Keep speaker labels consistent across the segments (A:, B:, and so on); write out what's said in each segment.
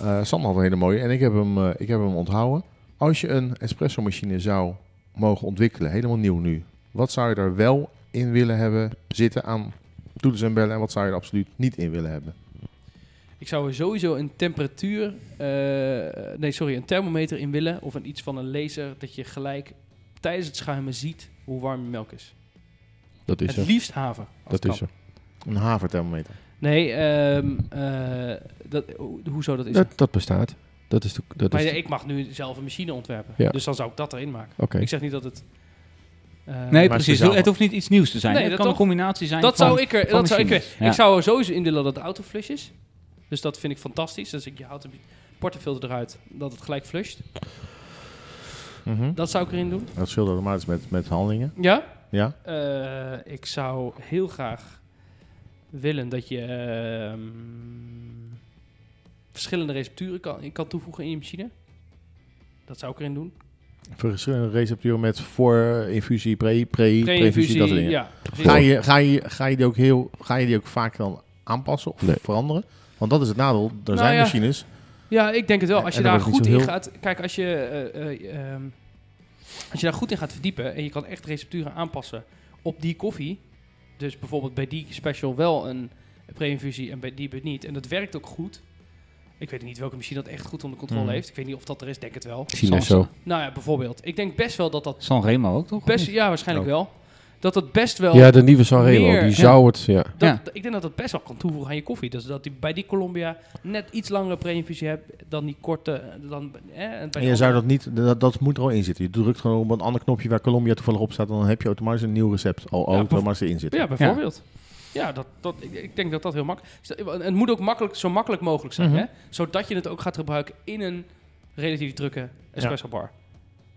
A: Eh Sam had een hele mooie en ik heb hem, eh, ik heb hem onthouden. Als je een espresso-machine zou mogen ontwikkelen, helemaal nieuw nu, wat zou je er wel in willen hebben zitten aan toeters en bellen en wat zou je er absoluut niet in willen hebben?
B: Ik zou er sowieso een temperatuur, eh, nee sorry, een thermometer in willen of een iets van een laser dat je gelijk tijdens het schuimen ziet hoe warm je melk is.
C: Dat is
B: het
C: er.
B: liefst haven. als
C: Dat
B: het
C: is
B: kan.
C: er.
A: Een haverthermometer.
B: Nee, ehm, eh, dat, ho- hoezo dat is? er?
C: Dat, dat bestaat. Dat is de. Dat
B: maar
C: is
B: ja,
C: de-
B: ik mag nu zelf een machine ontwerpen,
C: Ja.
B: dus dan zou ik dat erin maken.
C: Oké.
B: Ik zeg niet dat het. eh,
D: Nee,
A: Maar
D: precies.
A: speciaal.
D: Het hoeft niet iets nieuws te zijn.
B: Nee,
D: het
B: dat
D: kan
B: toch?
D: een combinatie zijn.
B: dat
D: van-
B: zou ik er. Dat zou ik, er
D: machines, ja.
B: ik zou er sowieso in willen dat het autoflush is. Dus dat vind ik fantastisch. Dus ik, je houdt de portefilter eruit, dat het gelijk flusht.
A: Mhm.
B: Dat zou ik erin doen.
A: Dat scheelt automatisch met, met handelingen.
B: Ja?
A: Ja?
B: Eh, ik zou heel graag willen dat je ehm, verschillende recepturen kan, kan toevoegen in je machine. Dat zou ik erin doen.
A: Verschillende recepturen met voor-infusie, pre, pre, pre-infusie, dat soort dingen.
B: ja.
A: Ga, je, ga, je, ga, je die ook heel, ga je die ook vaak dan aanpassen of
C: Nee.
A: veranderen? Want dat is het nadeel. Er zijn
B: Nou ja.
A: machines.
B: Ja, ik denk het wel. Als je
A: En dan
B: daar
A: wordt het
B: goed
A: niet
B: in
A: zo
B: gaat... Kijk, als je, eh, eh, ehm, als je daar goed in gaat verdiepen... en je kan echt recepturen aanpassen op die koffie... dus bijvoorbeeld bij die special wel een pre-infusie... en bij die bij niet. En dat werkt ook goed. Ik weet niet welke machine dat echt goed onder controle
A: Mhm.
B: heeft. Ik weet niet of dat er is, denk het wel.
C: China zo.
B: Nou ja, bijvoorbeeld. Ik denk best wel dat dat...
D: Sanremo ook, toch?
B: Best, ja, waarschijnlijk
A: Nou.
B: wel. Dat dat best wel...
C: Ja, de nieuwe Sanremo.
B: meer-
C: die
B: ja.
C: zou het. Ja.
B: dat,
D: ja.
B: Ik denk dat dat best wel kan toevoegen aan je koffie. Dus dat die, bij die Colombia net iets langere pre-infusie hebt... dan die korte... eh, Dan, eh, en bij de
A: En je
B: andere-
A: zou dat niet, dat, dat moet er al in zitten. Je drukt gewoon op een ander knopje waar Colombia toevallig op staat, dan heb je automatisch een nieuw recept al
B: Ja,
A: automatisch in zitten.
B: Ja, bijvoorbeeld. Ja, dat, dat, ik, ik denk dat dat heel makkelijk eh, Het moet ook makkelijk, zo makkelijk mogelijk zijn,
A: Mhm.
B: hè? zodat je het ook gaat gebruiken in een relatief drukke espresso bar.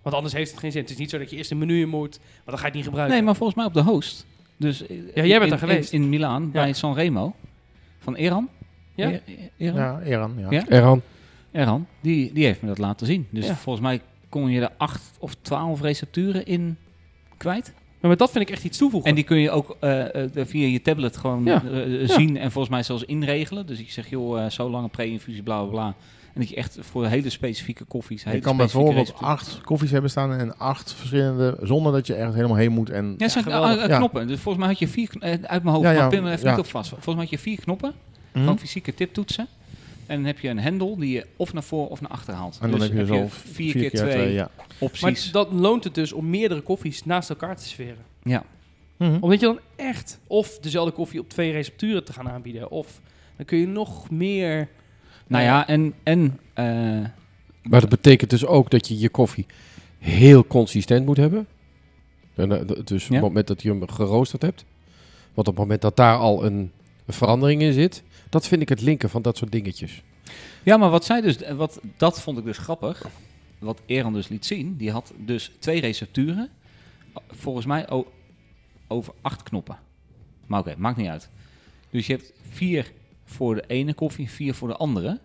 B: Want anders heeft het geen zin. Het is niet zo dat je eerst een menu in moet, want dan ga je het niet gebruiken.
D: Nee, maar volgens mij op de host. Dus, eh,
B: Ja, jij bent
D: in-
B: daar geweest.
D: In, in Milaan, bij Sanremo. Van Eran.
B: Ja?
D: E- E- Eran?
A: Ja, Eran. Ja.
D: Ja?
C: Erhan.
D: Eran, die, die heeft me dat laten zien. Dus
B: Ja.
D: volgens mij kon je er acht of twaalf recepturen in kwijt.
B: Maar met dat vind ik echt iets toevoegen.
D: En die kun je ook eh, eh, via je tablet gewoon
B: Ja.
D: eh, eh, zien en volgens mij zelfs inregelen. Dus ik zeg, joh, eh, zo lange pre-infusie, bla bla bla. En dat je echt voor hele specifieke koffies... hele
A: Je kan
D: specifieke
A: bijvoorbeeld
D: recepturen-
A: acht koffies hebben staan en acht verschillende, zonder dat je echt helemaal heen moet. En
D: Ja, het zijn
B: geweldig.
D: eh, eh,
A: Ja.
D: knoppen. Dus volgens mij had je vier kn- eh, uit mijn hoofd,
A: Ja, ja,
D: maar pin me even
A: ja.
D: niet op vast. Volgens mij had je vier knoppen,
A: Mhm.
D: gewoon fysieke tiptoetsen. En dan heb je een hendel die je of naar voor of naar achter haalt.
A: en dan
D: Dus
A: heb je zo vier keer twee. ja.
B: maar
D: opties.
B: dat loont het dus om meerdere koffies naast elkaar te sferen.
D: Ja.
A: Mhm.
B: Omdat je dan echt of dezelfde koffie op twee recepturen te gaan aanbieden, of dan kun je nog meer...
D: Nou ja, en, en eh,
C: Maar dat betekent dus ook dat je je koffie heel consistent moet hebben. En, eh, d- dus op
D: Ja.
C: het moment dat je hem geroosterd hebt. Want op het moment dat daar al een, een verandering in zit. Dat vind ik het linker van dat soort dingetjes.
D: Ja, maar wat zij dus, eh, wat, dat vond ik dus grappig. Wat Eran dus liet zien, die had dus twee recepturen. o- Volgens mij o- over acht knoppen. Maar oké, maakt niet uit. Dus je hebt vier voor de ene koffie, vier voor de andere.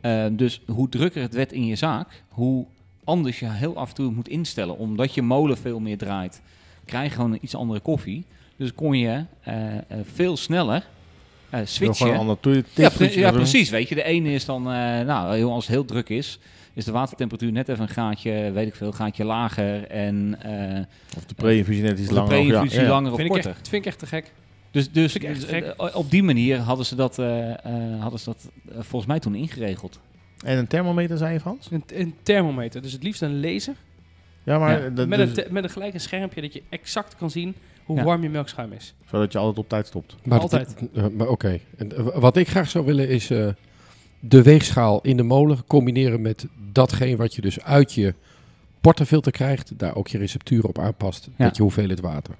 D: Eh, dus hoe drukker het werd in je zaak, hoe anders je heel af en toe moet instellen. Omdat je molen veel meer draait, krijg je gewoon een iets andere koffie. Dus kon je eh, eh, veel sneller eh,
A: Wil
D: switchen.
A: Gewoon een ander toe-
D: Ja,
A: tipsje
D: pre- ja,
A: doen.
D: precies. Weet je, de ene is dan, eh, nou, heel, als het heel druk is, is de watertemperatuur net even een gaatje, weet ik veel, een gaatje lager en eh,
A: Of de pre-infusie net iets
D: de
A: langer. of- ja,
D: pre-infusie
A: ja, ja.
D: langer of
B: Vind ik, echt,
D: korter.
B: vind ik echt te gek.
D: Dus, dus
B: vind ik echt
D: eh, eh, op die manier hadden ze dat, eh, eh, hadden ze dat eh, volgens mij toen ingeregeld.
A: En een thermometer, zei je Frans?
B: Een, een thermometer, dus het liefst een laser.
A: Ja, maar
D: Ja.
A: dat-
B: Met een,
A: dus-
B: te- met een gelijk een schermpje dat je exact kan zien hoe
D: Ja.
B: warm je melkschuim is.
A: zodat je altijd op tijd stopt.
C: Maar dat-
B: Altijd.
C: eh, maar Oké. En, eh, w- Wat ik graag zou willen is eh, de weegschaal in de molen combineren met datgene wat je dus uit je portafilter krijgt. Daar ook je receptuur op aanpast.
D: Ja.
C: Met je hoeveelheid water.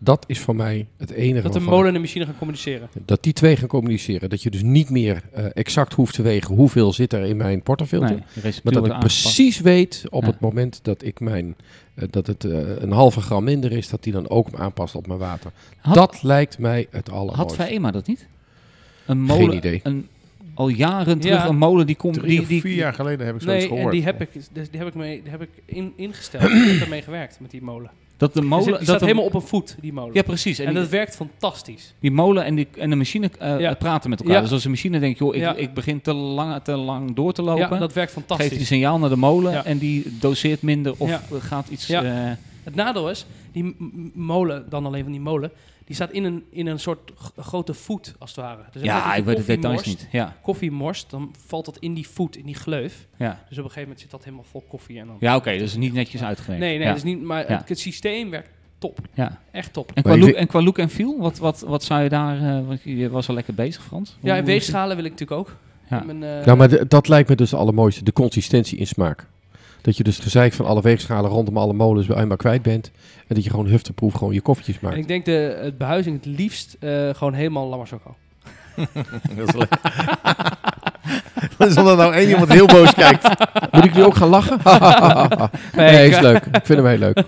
C: Dat is voor mij het enige.
B: Dat de
C: waarvan ik-
B: molen en de machine gaan communiceren.
C: dat die twee gaan communiceren. Dat je dus niet meer eh, exact hoeft te wegen hoeveel zit er in mijn portofilter.
D: Nee, de receptuur
C: Maar dat
D: wordt
C: ik
D: aangepast.
C: precies weet op
D: Ja.
C: het moment dat ik mijn eh, dat het eh, een halve gram minder is, dat die dan ook aanpast op mijn water.
D: Had-
C: dat lijkt mij het allermooiste.
D: Had VEMA dat niet? Een molen,
C: idee.
D: Een, al jaren terug
B: Ja.
D: een molen die komt...
A: Drie
D: Die,
A: of
D: die,
A: vier jaar geleden heb ik zoiets
B: Nee, en
A: gehoord.
B: die heb ik, dus die heb ik, mee, die heb ik in, ingesteld. ik heb ermee gewerkt met die molen.
D: Dat de
B: Molen,
D: molen...
B: die
D: dat
B: staat
D: de-
B: helemaal op een voet, die molen.
D: Ja, precies. En,
B: en
D: die,
B: dat werkt fantastisch.
D: die molen en, die, en de machine eh,
B: Ja.
D: praten met elkaar.
B: Ja.
D: Dus als de machine denkt, joh, ik,
B: Ja.
D: ik begin te lang, te lang door te lopen...
B: Ja, dat werkt
D: geeft die
B: fantastisch.
D: signaal naar de molen
B: Ja.
D: en die doseert minder of
B: Ja.
D: eh, gaat iets...
B: Ja.
D: eh,
B: Het nadeel is, die m- m- molen, dan alleen van die molen, die staat in een, in een soort g- grote voet, als het ware. Dus net als
D: ja,
B: je
D: ik weet de
B: koffie
D: details
B: morst-
D: niet. Ja,
B: Koffie morst, dan valt dat in die voet, in die gleuf.
D: ja.
B: Dus op een gegeven moment zit dat helemaal vol koffie. En dan
D: ja oké, dus niet netjes uitgewerkt.
B: Nee, dus- nee,
D: ja.
B: dat is niet, maar
D: Ja.
B: het, het systeem werkt top.
D: ja.
B: Echt top.
D: En,
C: Maar
D: qua
C: ik
D: look,
C: denk-
D: en qua look en feel, wat, wat, wat zou je daar... eh, want je was al lekker bezig, Frans. Hoe-
B: Ja, en
D: hoe-
B: weegschalen wil ik natuurlijk ook.
D: Ja.
B: Ik ben, eh,
C: Nou, maar de- dat lijkt me dus het allermooiste. De consistentie in smaak. Dat je dus het gezeik van alle weegschalen rondom alle molens bij eenmaal kwijt bent. En dat je gewoon hufteproef gewoon je koffietjes maakt.
B: en ik denk de het behuizing het liefst eh, gewoon helemaal lammersoco.
A: dat is leuk. dat is omdat nou één iemand heel boos kijkt.
C: Moet ik nu ook gaan lachen? nee,
B: ik-
C: is leuk. Ik vind hem heel leuk.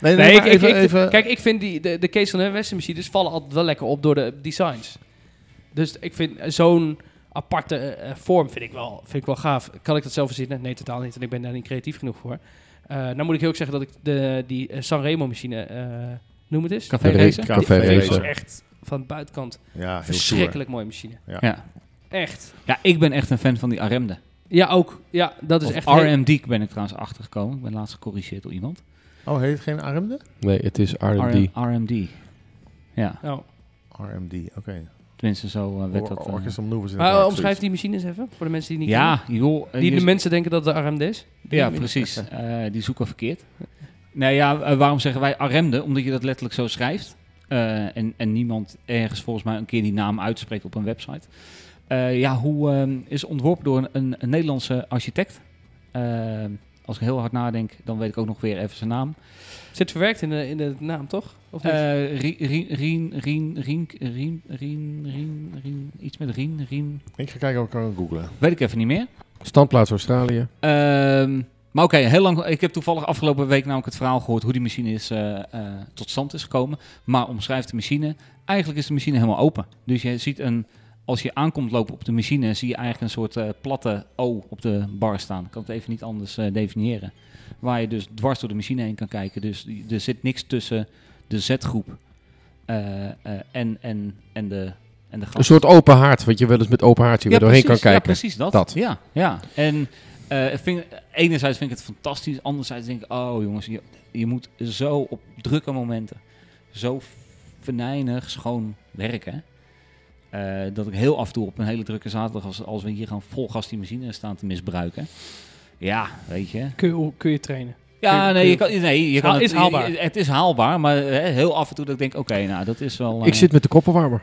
A: Nee,
B: Nee,
A: maar
B: ik, ik,
A: even,
B: ik-
A: even-
B: kijk, ik vind die, de, de Kees van de machines vallen altijd wel lekker op door de designs. Dus ik vind eh, zo'n aparte eh, eh, vorm vind ik, wel, vind ik wel gaaf. Kan ik dat zelf verzinnen? Nee, totaal niet. En ik ben daar niet creatief genoeg voor. Eh nou moet ik heel erg zeggen dat ik de, die eh, Sanremo machine, eh, noem het eens.
D: Café
C: De
D: Racer?
C: Ra- Café
A: Café
B: Dat is
A: Racer.
C: Racer.
B: echt van de buitenkant
A: Ja, heel stoer.
B: verschrikkelijk mooie machine.
D: Ja.
B: Echt.
D: ja, ik ben echt een fan van die Aremde.
B: Ja, ook. Ja, dat is
D: Of
B: echt...
D: RMD ben ik trouwens achtergekomen. Ik ben laatst gecorrigeerd door iemand.
A: Oh, heet het geen RMD?
C: Nee, het is R&D.
D: RM- RMD. Ja,
B: heel- Oh.
A: RMD, oké.
D: tenminste zo eh, werd
A: Or-
D: dat... eh,
A: Orchestra Maneuvers in the
B: Maar
A: Dark,
B: Ah, omschrijf die machine eens even, voor de mensen die het niet
D: ja, joh. eh,
B: kennen. Die
D: je-
B: de mensen denken dat het de RMD is.
D: ja, precies. Eh, die zoeken verkeerd. Nou ja, eh, waarom zeggen wij Aremde? Omdat je dat letterlijk zo schrijft. Eh, en, en niemand ergens volgens mij een keer die naam uitspreekt op een website. Eh, ja, hoe ehm, is ontworpen door een, een, een Nederlandse architect. Ehm, als ik heel hard nadenk, dan weet ik ook nog weer even zijn naam.
B: Zit verwerkt in de, in de naam, toch? Of niet?
D: Eh, Rien, Rien, Rien, Rien, Rien, Rien, Rien, Rien, Rien, iets met Rien, Rien.
A: Streets. Ik ga kijken of ik kan googlen.
D: Weet ik even niet meer.
C: Standplaats Australië.
D: Ehm, maar oké, heel lang. Ik heb toevallig afgelopen week namelijk het verhaal gehoord hoe die machine is, eh, eh, tot stand is gekomen. Maar omschrijft de machine. Eigenlijk is de machine helemaal open. Dus je ziet een. Als je aankomt lopen op de machine, zie je eigenlijk een soort eh, platte O op de bar staan. Ik kan het even niet anders eh, definiëren. Waar je dus dwars door de machine heen kan kijken. Dus die- er zit niks tussen de Z-groep eh, eh, en, en, en de, en de
C: Een
D: gast.
C: soort open haard, wat je wel eens met open haartje weer doorheen
D: precies,
C: kan kijken.
D: Ja, precies dat.
C: Dat.
D: Ja, ja. En eh, ik vind, enerzijds vind ik het fantastisch, anderzijds denk ik, oh jongens, je, je moet zo op drukke momenten, zo venijnig schoon werken. eh, dat ik heel af en toe op een hele drukke zaterdag, als, als we hier gaan vol gas die machine staan te misbruiken. Ja, weet je.
B: kun, je, kun je trainen. Kun
D: Ja,
B: je-
D: nee, je kan, nee, je
B: Is
D: kan
B: haal-
D: het,
B: is haalbaar.
D: je- Het is haalbaar, maar hè, heel af en toe dat ik denk, oké, nou, dat is wel...
C: Ik
D: eh,
C: zit met de koppenwarmer.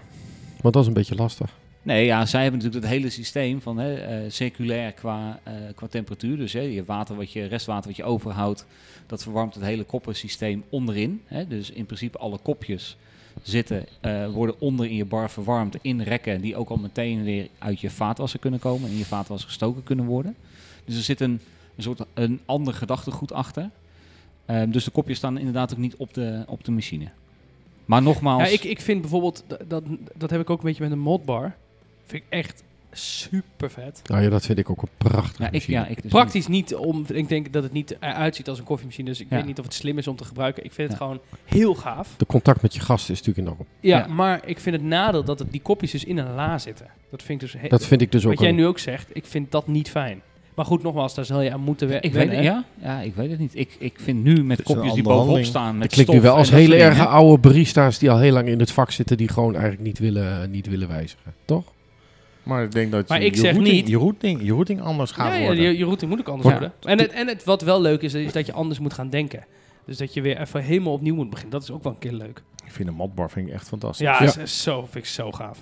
C: Want dat is een beetje lastig.
D: Nee, ja, zij hebben natuurlijk het hele systeem van hè, eh, circulair qua, eh, qua temperatuur. Dus hè, je water wat je, restwater wat je overhoudt, dat verwarmt het hele koppersysteem onderin. Hè. Dus in principe alle kopjes zitten, eh, worden onder in je bar verwarmd in rekken die ook al meteen weer uit je vaatwasser kunnen komen en in je vaatwasser gestoken kunnen worden. Dus er zit een, een soort een ander gedachtegoed achter. Ehm, dus de kopjes staan inderdaad ook niet op de, op de machine. Maar nogmaals,
B: Ja, ik, ik vind bijvoorbeeld, d- dat, dat heb ik ook een beetje met een modbar. Vind ik echt super vet.
C: Nou ja, dat vind ik ook een prachtig
D: ja, ik, ja, ik dus niet.
B: Praktisch niet om, ik denk dat het niet eruit ziet als een koffiemachine. Dus ik
D: Ja.
B: weet niet of het slim is om te gebruiken. Ik vind het
D: Ja.
B: gewoon heel gaaf.
C: De contact met je gasten is natuurlijk enorm.
B: Ja,
D: Ja.
B: maar ik vind het nadeel dat het, die kopjes dus in een la zitten. Dat vind ik dus... he-
C: Dat vind ik dus ook
B: wat jij
C: een-
B: nu ook zegt, ik vind dat niet fijn. Maar goed, nogmaals, daar zal je aan moeten we-
D: Ik weet
B: wennen,
D: het,
B: hè.
D: ja? ja, ik weet het niet. Ik, ik vind nu met
A: Het is een
D: kopjes die bovenop
A: onderhandeling.
D: staan met
C: Het klinkt nu
D: stof
C: wel als
D: en dat
C: hele
D: soort dingen.
C: erge oude barista's die al heel lang in het vak zitten, die gewoon eigenlijk niet willen, eh, niet willen wijzigen. Toch?
A: Maar ik denk dat
B: Maar
A: je,
B: ik
A: je
B: zeg
A: routing,
B: niet-
A: Je, routing, je routing anders gaat
B: Ja, ja,
A: worden.
B: je, je route moet ook anders
D: Ja.
B: worden. En, het, en het, wat wel leuk is, is dat je anders moet gaan denken. Dus dat je weer even helemaal opnieuw moet beginnen. Dat is ook wel een keer leuk.
A: Ik vind een matbar vind ik echt fantastisch.
B: Ja,
C: Ja.
B: is- is Zo, vind ik zo gaaf.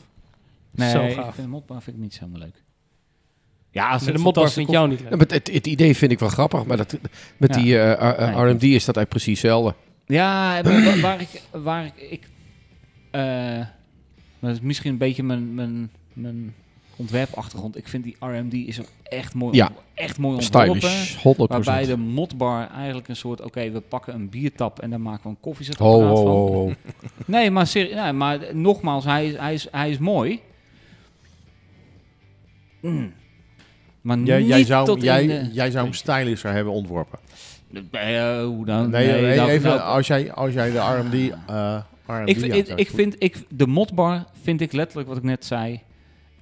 D: Nee,
B: zo
D: ik
B: gaaf.
D: vind hem op, maar vind ik niet zo helemaal leuk. Ja, als
B: Met
D: het
B: de modbar
D: fantastische
B: vind ik jou niet leuk.
C: Ja, maar het, het idee vind ik wel grappig, maar dat, met
D: Ja.
C: die eh, R-
D: Nee.
C: R- RMD is dat eigenlijk precies hetzelfde.
D: kop- Ja, maar wa- waar ik... Waar ik, ik eh, maar dat is misschien een beetje mijn, mijn, mijn ontwerpachtergrond. Ik vind die RMD is er echt mooi,
C: Ja.
D: echt mooi ontworpen.
C: Stylish, 100%.
D: Waarbij de motbar eigenlijk een soort... Oké, we pakken een biertap en daar maken we een
C: Ho,
D: koffiezetapparaat
C: ho,
D: van.
C: ho, ho.
D: Nee, maar, serie- nee, maar nogmaals, hij is, hij is, hij is mooi. Mm. Maar
A: Jij,
D: niet
A: jij, zou,
D: tot
A: jij,
D: in de-
A: jij zou hem stylischer hebben ontworpen.
B: Oh,
D: Nee, eh, hoe dan?
A: Nee,
D: Nee,
A: eh,
D: dat-
A: even,
D: nou,
A: als, jij, als jij de RMD... eh RMD
D: ik, vind-
A: aan
D: ik,
A: zou
D: ik
A: doen.
D: vind ik, de modbar vind ik letterlijk wat ik net zei.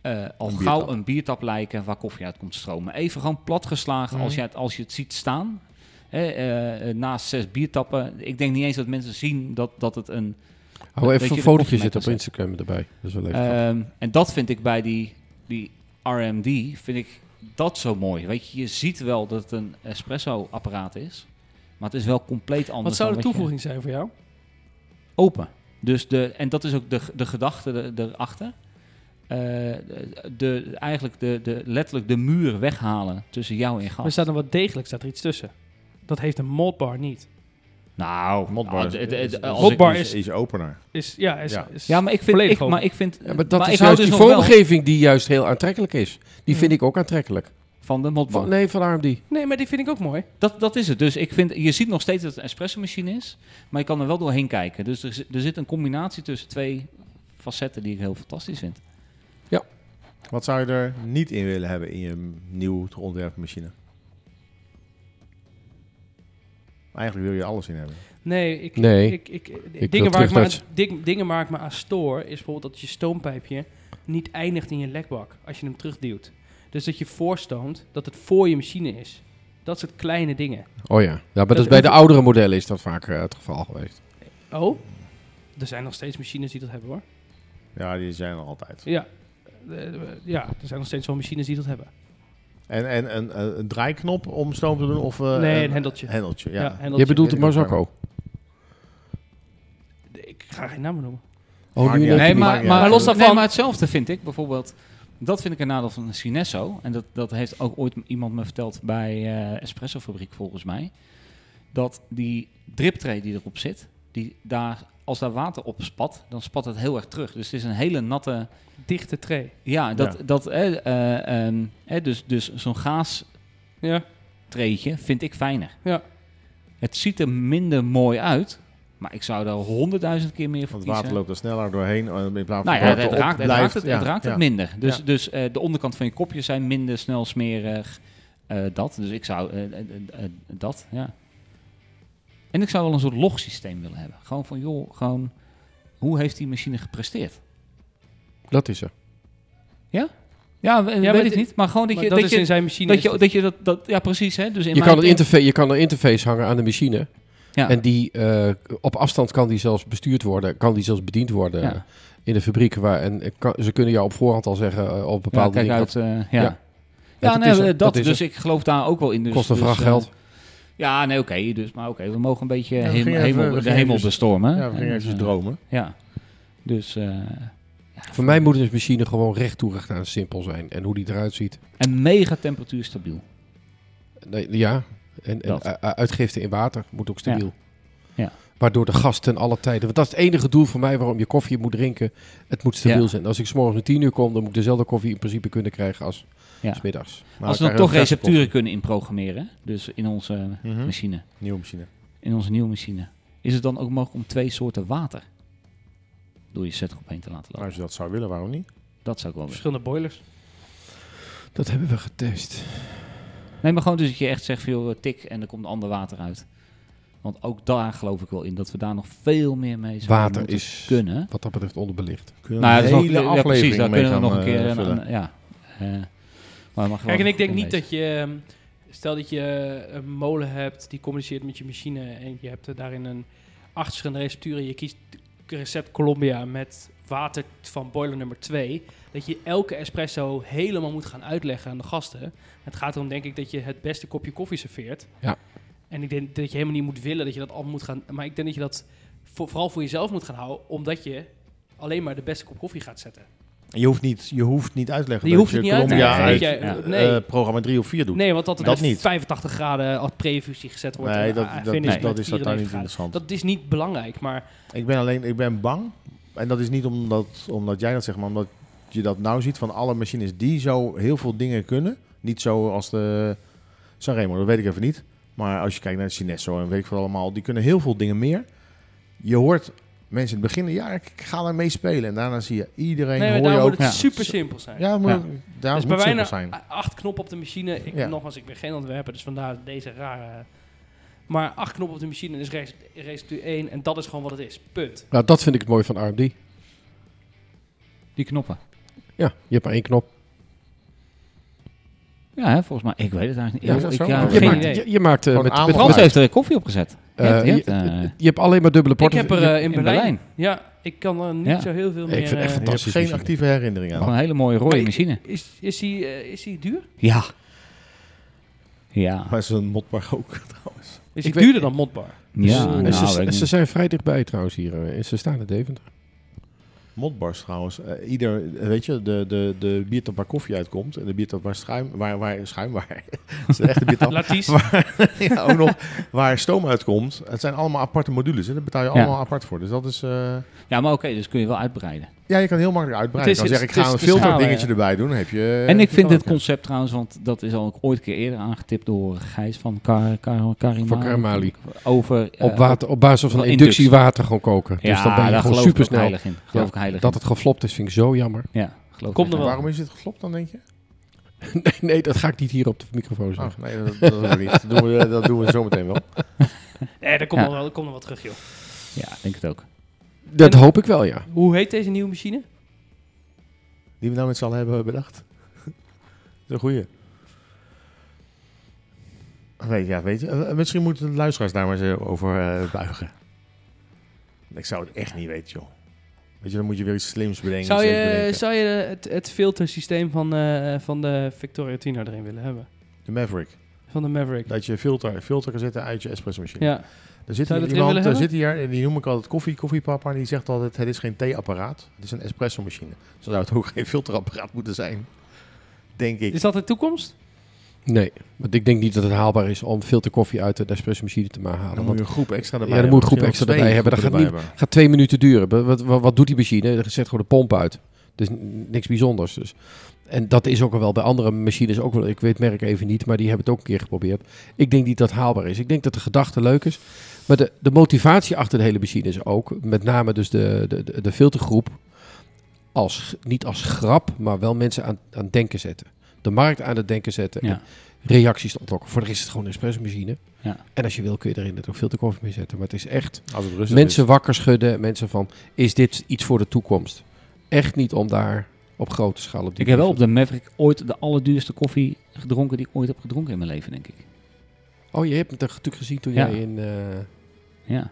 D: eh, al
A: Een
D: gauw
A: biertap.
D: een biertap lijken waar koffie uit komt stromen. Even gewoon platgeslagen
A: Mhm.
D: als, je het, als je het ziet staan. Hè, eh, eh, naast zes biertappen. Ik denk niet eens dat mensen zien dat, dat het een
C: Hou even
D: Weet je,
C: een
D: de
C: fotootje
D: koffie
C: zitten op
D: met
C: Instagram erbij. Dat is wel leuk.
D: Ehm, en dat vind ik bij die, die RMD, vind ik dat zo mooi. Weet je, je ziet wel dat het een espresso-apparaat is, maar het is wel compleet
B: Wat
D: anders.
B: zou
D: dan
B: de
D: je-
B: toevoeging zijn voor jou?
D: Open. Dus de, en dat is ook de, de gedachte er- erachter. Eh, de, de- eigenlijk de, de, letterlijk de muur weghalen tussen jou en je
B: Maar er
D: gast.
B: staat er wat degelijk staat er iets tussen. Dat heeft een modbar niet.
D: Nou,
A: Modbar
D: ah,
A: is,
D: de- de- de- als ik-
B: Modbar
A: is, is opener.
B: Is, ja, is,
A: Ja.
B: is
D: Ja, maar ik vind,
B: volledig
D: ik,
B: open.
D: maar ik vind,
C: Ja, maar dat
D: maar
C: is
D: ik hou
C: juist
D: dus
C: die
D: nog wel
C: vormgeving die juist heel aantrekkelijk is. Die vind ik ook aantrekkelijk.
D: van de modbar.
C: Van, nee, van RMD.
B: Nee, maar die vind ik ook mooi.
D: Dat, dat is het. Dus ik vind, je ziet nog steeds dat het een espressomachine is, maar je kan er wel doorheen kijken. Dus er, zi- er zit een combinatie tussen twee facetten die ik heel fantastisch vind.
A: Wat zou je er niet in willen hebben in je nieuw te ontwerpen machine? Eigenlijk wil je alles in hebben.
B: Nee, ik,
C: Nee.
B: Ik, ik,
C: wil
B: dingen, waar ik me aan,
C: terugdutsen.
B: ding- dingen waar ik me aan stoor is bijvoorbeeld dat je stoompijpje niet eindigt in je lekbak als je hem terugduwt. Dus dat je voorstoomt dat het voor je machine is. Dat soort kleine dingen.
C: Oh ja. ja maar dat is
B: Dat-
C: bij de oudere modellen is dat vaak eh, het geval geweest.
B: Oh, er zijn nog steeds machines die dat hebben hoor.
A: Ja, die zijn er altijd.
B: Ja, Eh, eh, ja er zijn nog steeds wel machines die dat hebben.
A: En, en een, eh, een draaiknop om stoom te doen? Of, eh,
B: Nee, een hendeltje.
A: hendeltje, ja.
B: Ja, en dat
C: Je bedoelt de
A: weet ik ook
C: Marzocco.
B: Ik ga geen namen noemen.
C: Oh,
A: Maakt
C: nu
A: niet
C: weet
A: uit.
C: je
D: Nee,
C: niet.
D: maar,
A: maakt
D: maar,
A: niet uit.
D: los daarvan,
B: Nee, maar
D: maar hetzelfde vind ik bijvoorbeeld. Dat vind ik een nadeel van een Sinesso. En dat, dat heeft ook ooit iemand me verteld bij eh Espresso Fabriek volgens mij. Dat die driptray die erop zit, die daar, als daar water op spat, dan spat het heel erg terug. Dus het is een hele natte
B: Dichte tray.
D: Ja, dat, dat eh, eh, ehm, eh, dus, dus zo'n gaastreetje
B: Ja,
D: vind ik fijner.
B: Ja.
D: Het ziet er minder mooi uit, maar ik zou daar honderdduizend keer meer voor
A: Want het
D: kiezen.
A: water loopt er sneller doorheen. eh, In plaats van
D: nou ja,
A: dat
D: het,
A: erop
D: raakt, het,
A: blijft.
D: raakt, het, het
A: Ja,
D: raakt het
A: ja.
D: minder. Dus,
A: Ja.
D: dus eh, de onderkant van je kopjes zijn minder snel smerig. eh, dat, dus ik zou eh, eh, eh, eh, dat, ja. En ik zou wel een soort logsysteem willen hebben. Gewoon van, joh, gewoon, hoe heeft die machine gepresteerd?
C: Dat is er.
D: Ja, we-
B: maar
D: weet
B: dit-
D: ik niet, maar gewoon dat
B: maar
D: je...
B: dat,
D: dat
B: is
D: je,
B: in zijn machine.
D: Dat je,
B: is-
D: dat je dat, dat, ja precies hè. Dus in
C: Je
D: mijn
C: kan, een interface, je kan een interface hangen aan de machine.
D: Ja.
C: En die, eh, op afstand kan die zelfs bestuurd worden. Kan die zelfs bediend worden
D: Ja.
C: eh, in de fabriek. Waar, en eh, kan- ze kunnen jou op voorhand al zeggen eh, op
D: ja,
C: bepaalde
D: kijk
C: dingen.
D: uit.
C: dat-
D: eh,
C: Ja,
D: ja. Ja,
C: dat
D: nee,
C: is
D: eh,
C: er,
D: dat,
C: dat is
D: dus ik geloof daar ook wel in. Dus,
C: kost een
D: dus,
C: vracht
D: eh,
C: geld.
D: ja, nee, oké. dus, maar oké, we mogen een beetje
A: Ja, we
D: hem-
A: gingen even-
D: hemel,
A: we
D: de
A: gingen
D: hemel
A: even-
D: bestormen.
A: Ja, we gingen
D: En,
A: eventjes
D: eh,
A: dromen.
D: Ja, dus... eh,
C: Voor mij moet een machine gewoon recht toegegaan simpel zijn. En hoe die eruit ziet.
D: en mega temperatuur stabiel.
C: Nee, ja, en, en
D: Dat.
C: u- u- uitgifte in water moet ook stabiel.
D: Ja.
C: Waardoor de gast ten alle tijden... Want dat is het enige doel voor mij waarom je koffie moet drinken. Het moet stabiel
D: Ja.
C: zijn. Als ik s'morgens om tien uur kom, dan moet ik dezelfde koffie in principe kunnen krijgen als
D: Ja.
C: s middags.
A: Maar
D: Als we
A: dan
D: dan toch
A: krijg je een
D: recepturen kunnen inprogrammeren, dus in onze
A: Mhm.
D: machine,
A: Nieuwe machine.
D: in onze nieuwe machine, is het dan ook mogelijk om twee soorten water door je setgroep heen te laten
A: Maar
D: lopen?
A: als je dat zou willen, waarom niet?
D: Dat zou ik wel willen.
B: verschillende boilers.
C: Dat hebben we getest.
D: Nee, maar gewoon dus dat je echt zegt veel tik en er komt ander water uit. Want ook daar geloof ik wel in dat we daar nog veel meer mee zouden
C: Water
D: moeten
C: is
D: kunnen.
C: wat dat betreft onderbelicht.
A: Kunnen
D: Nou, ja,
A: we
D: dat is
A: een
D: nog-
A: hele
D: ja, precies,
A: aflevering
D: daar
A: mee
D: kunnen we
A: gaan,
D: nog een
A: eh,
D: keer
A: vullen.
D: een, een- ja. eh, maar mag
B: Kijk, en ik denk niet dat je... ehm, Stel dat je eh, een molen hebt die communiceert met je machine... en je hebt er daarin een acht verschillende recepturen... je kiest recept Colombia met water van boiler nummer 2... dat je elke espresso helemaal moet gaan uitleggen aan de gasten. Het gaat erom, denk ik, dat je het beste kopje koffie serveert.
C: Ja.
B: En ik denk dat je helemaal niet moet willen dat je dat al moet gaan... maar ik denk dat je dat voor- vooral voor jezelf moet gaan houden... omdat je alleen maar de beste kop koffie gaat zetten.
A: Je hoeft niet, je hoeft niet uit te leggen
B: Je
A: dat
B: hoeft het niet uit te
A: Colombia
D: leggen.
A: uit
D: Nee,
B: dat jij-
A: eh,
B: nee.
A: eh, programma 3 of 4 doet.
B: Nee, want dat het
A: Dat
B: met
A: niet.
B: 85 graden als prefusie gezet wordt.
A: Nee,
B: en,
A: dat-
B: ah,
A: dat
B: finish
A: is-
B: met
A: dat is totaal niet
B: 94 graden.
A: interessant.
B: Dat is niet belangrijk, maar
A: Ik ben alleen ik ben bang. En dat is niet omdat, omdat jij dat zegt, maar omdat je dat nou ziet van alle machines die zo heel veel dingen kunnen. Niet zo als de Sanremo, dat weet ik even niet. Maar als je kijkt naar de Sinesso en weet ik veel allemaal, die kunnen heel veel dingen meer. Je hoort mensen in het begin, ja, ik ga daarmee spelen. En daarna zie je iedereen,
B: nee, maar
A: hoor
B: daar
A: je
B: moet
A: ook...
B: het super simpel zijn.
A: Ja, maar
D: Ja.
A: daar
B: dus bij
A: moet het simpel
B: bijna
A: zijn.
B: acht knoppen op de machine. Ik,
A: Ja.
B: Nogmaals, ik ben geen ontwerper, dus vandaar deze rare... Maar acht knoppen op de machine dus is race, race 1 en dat is gewoon wat het is. Punt.
C: Nou, dat vind ik het mooie van RMD.
D: Die knoppen.
C: Ja, je hebt maar één knop.
D: Ja, hè, volgens mij. Ik weet het eigenlijk niet.
A: Ja,
D: Ik-
A: is dat
D: ik,
A: zo?
D: ja,
A: Je
C: Je
D: Nou, geen
C: maakt,
D: idee.
C: je, je maakt eh,
A: Gewoon
C: met, met
A: aanval.
D: Frans heeft er koffie op gezet. Die
C: eh,
D: had- die
C: je,
D: had, eh,
C: je hebt alleen maar dubbele
B: Ik
C: porten.
B: heb er eh, in,
D: in
B: Berlijn.
D: Berlijn.
B: Ja, ik kan er niet
D: Ja.
B: zo heel veel
C: Ik
B: meer...
C: vind het echt
B: eh,
A: Je hebt
C: fantastisch
A: geen
C: machine.
A: actieve herinnering aan.
D: Gewoon een hele mooie
B: Maar
D: rode
B: i-
D: machine.
B: Is, is, die, eh, is die duur?
D: Ja. Ja.
A: Maar is een motbar ook trouwens.
B: Is
C: Ik
B: die
C: weet-
B: duurder dan Modbar?
D: Ja,
C: En
D: nou,
C: ze,
D: weet ik
C: ze
D: niet.
C: zijn vrij dichtbij trouwens hier. eh, en ze staan in Deventer.
A: Motbars trouwens. Eh, ieder, eh, weet je, de, de, de biertap waar koffie uitkomt en de biertap waar schuim, waar, waar, schuim, waar, het is een echte biertap,
B: Latis?
A: ja, ook nog, waar stoom uitkomt. Het zijn allemaal aparte modules en daar betaal je
D: Ja.
A: allemaal apart voor. Dus dat is, eh,
D: Ja, maar oké, dus kun je wel uitbreiden.
A: ja, je kan heel makkelijk uitbreiden.
B: Het
A: Je kan
B: is-
A: zeggen, ik
B: het is-
A: ga een
B: het is
A: filter
B: schalen,
A: dingetje
B: ja.
A: erbij doen, dan heb je...
D: en ik
A: heb je
D: vind
A: dan
D: dit
A: Eh, ook, ja.
D: concept trouwens, want dat is al ook ooit een keer eerder aangetipt door Gijs van Kar, Kar, Karimali.
C: Van Karimali.
D: Over... eh,
C: op, water, op basis van
D: wel
C: inductie
D: inductie.
C: water gewoon koken.
D: Ja,
C: dus dan ben je
D: daar
C: gewoon
D: geloof ik ook
C: supersnel.
D: heilig in. Geloof ik heilig
C: Dat
D: in.
C: het geflopt is, vind ik zo jammer.
D: Ja, geloof
B: Komt
D: ik
B: er wel.
A: Waarom is dit geklopt dan, denk je?
C: nee, nee, dat ga ik niet hier op de
A: Ah,
C: microfoon zeggen.
A: nee, dat, dat doen we niet. Dat doen we, dat doen we zo meteen wel.
B: Nee, Eh, daar komt
D: Ja.
B: nog wel, komt nog wel terug, joh.
D: Ja, ik denk het ook.
C: Dat
D: Ah.
B: En-
C: hoop ik wel, ja.
B: Hoe heet deze nieuwe machine?
A: Die we nou met z'n allen hebben bedacht. dat is een goeie. Weet, ja, weet je, eh, misschien moeten de luisteraars daar maar eens eh, over eh, buigen. Ik zou het echt niet weten, joh. Weet je, dan moet je weer iets slims bedenken.
B: Zou
A: slims
B: je, eh,
A: bedenken.
B: zou je het, het filtersysteem van, eh, van de Victoria Tino erin willen hebben?
A: De Maverick.
B: Van de Maverick.
A: Dat je filter, filter kan zetten uit je espresso machine.
B: Ja.
A: Er zit hier
B: Zou je dat erin
A: iemand,
B: willen
A: er zit hier, en die noem ik altijd koffie, koffiepapa. En die zegt altijd, het is geen theeapparaat. Het is een espresso machine. Zo zou het ook geen filterapparaat moeten zijn. Denk ik.
B: Is dat de toekomst?
C: Nee, want ik denk niet dat het haalbaar is om filter koffie uit de espresso machine te maar
A: Dan
C: halen. Want
A: moet je een groep extra erbij
C: Ja, dan
A: hebben.
C: moet je een groep
A: Misschien wel
C: extra
A: twee
C: erbij hebben. Dat
A: groepen
C: gaat
A: erbij
C: het gaat twee minuten duren. Wat- Wat, wat, wat doet die machine? Er zet gewoon de pomp uit. Dus n- niks bijzonders. Dus. En dat is ook al wel bij andere machines ook wel. Ik weet het merk even niet, maar die hebben het ook een keer geprobeerd. Ik denk niet dat haalbaar is. Ik denk dat de gedachte leuk is. Maar de, de motivatie achter de hele machine is ook, met name dus de, de, de- de filtergroep, als, niet als grap, maar wel mensen aan, aan het denken zetten. De markt aan het denken zetten
D: Ja.
C: en reacties te ontlokken. Voor de rest is het gewoon een espressomachine.
D: Ja.
C: En als je wil kun je erin ook filterkoffie mee zetten. Maar het is echt
A: hebben. Als het rustig is.
C: mensen wakker schudden. Mensen van, is dit iets voor de toekomst? Echt niet om daar op grote schaal op die
D: Ik heb wel op de Maverick ooit de allerduurste koffie gedronken die ik ooit heb gedronken in mijn leven, denk ik.
C: Oh, je hebt het natuurlijk gezien toen
D: Ja.
C: jij in... eh,
D: Ja.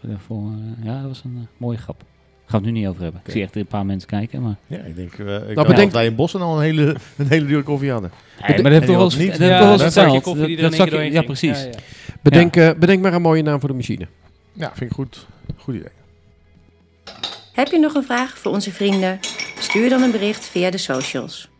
D: Ja, Voor, eh, ja, dat was een eh, mooie grap. Gaan we het nu niet over hebben. Ik zie echt een paar mensen kijken, maar...
A: Ja, ik denk, eh ik
C: Dat
A: dat
C: bedenkt-
A: wij in Bossen al een hele, een hele dure koffie hadden.
D: Nee, maar dat heb ik
A: En
D: toch wel
A: die
D: eens
A: had niet-
D: dat heb ik
A: Ja,
D: toch wel eens
A: dat zakje
D: verteld. Dat- dat zakje- Ja, precies.
C: bedenk, eh, bedenk maar een mooie naam voor de machine.
A: Ja, vind ik goed. Goed idee.
E: Heb je nog een vraag voor onze vrienden? Stuur dan een bericht via de socials.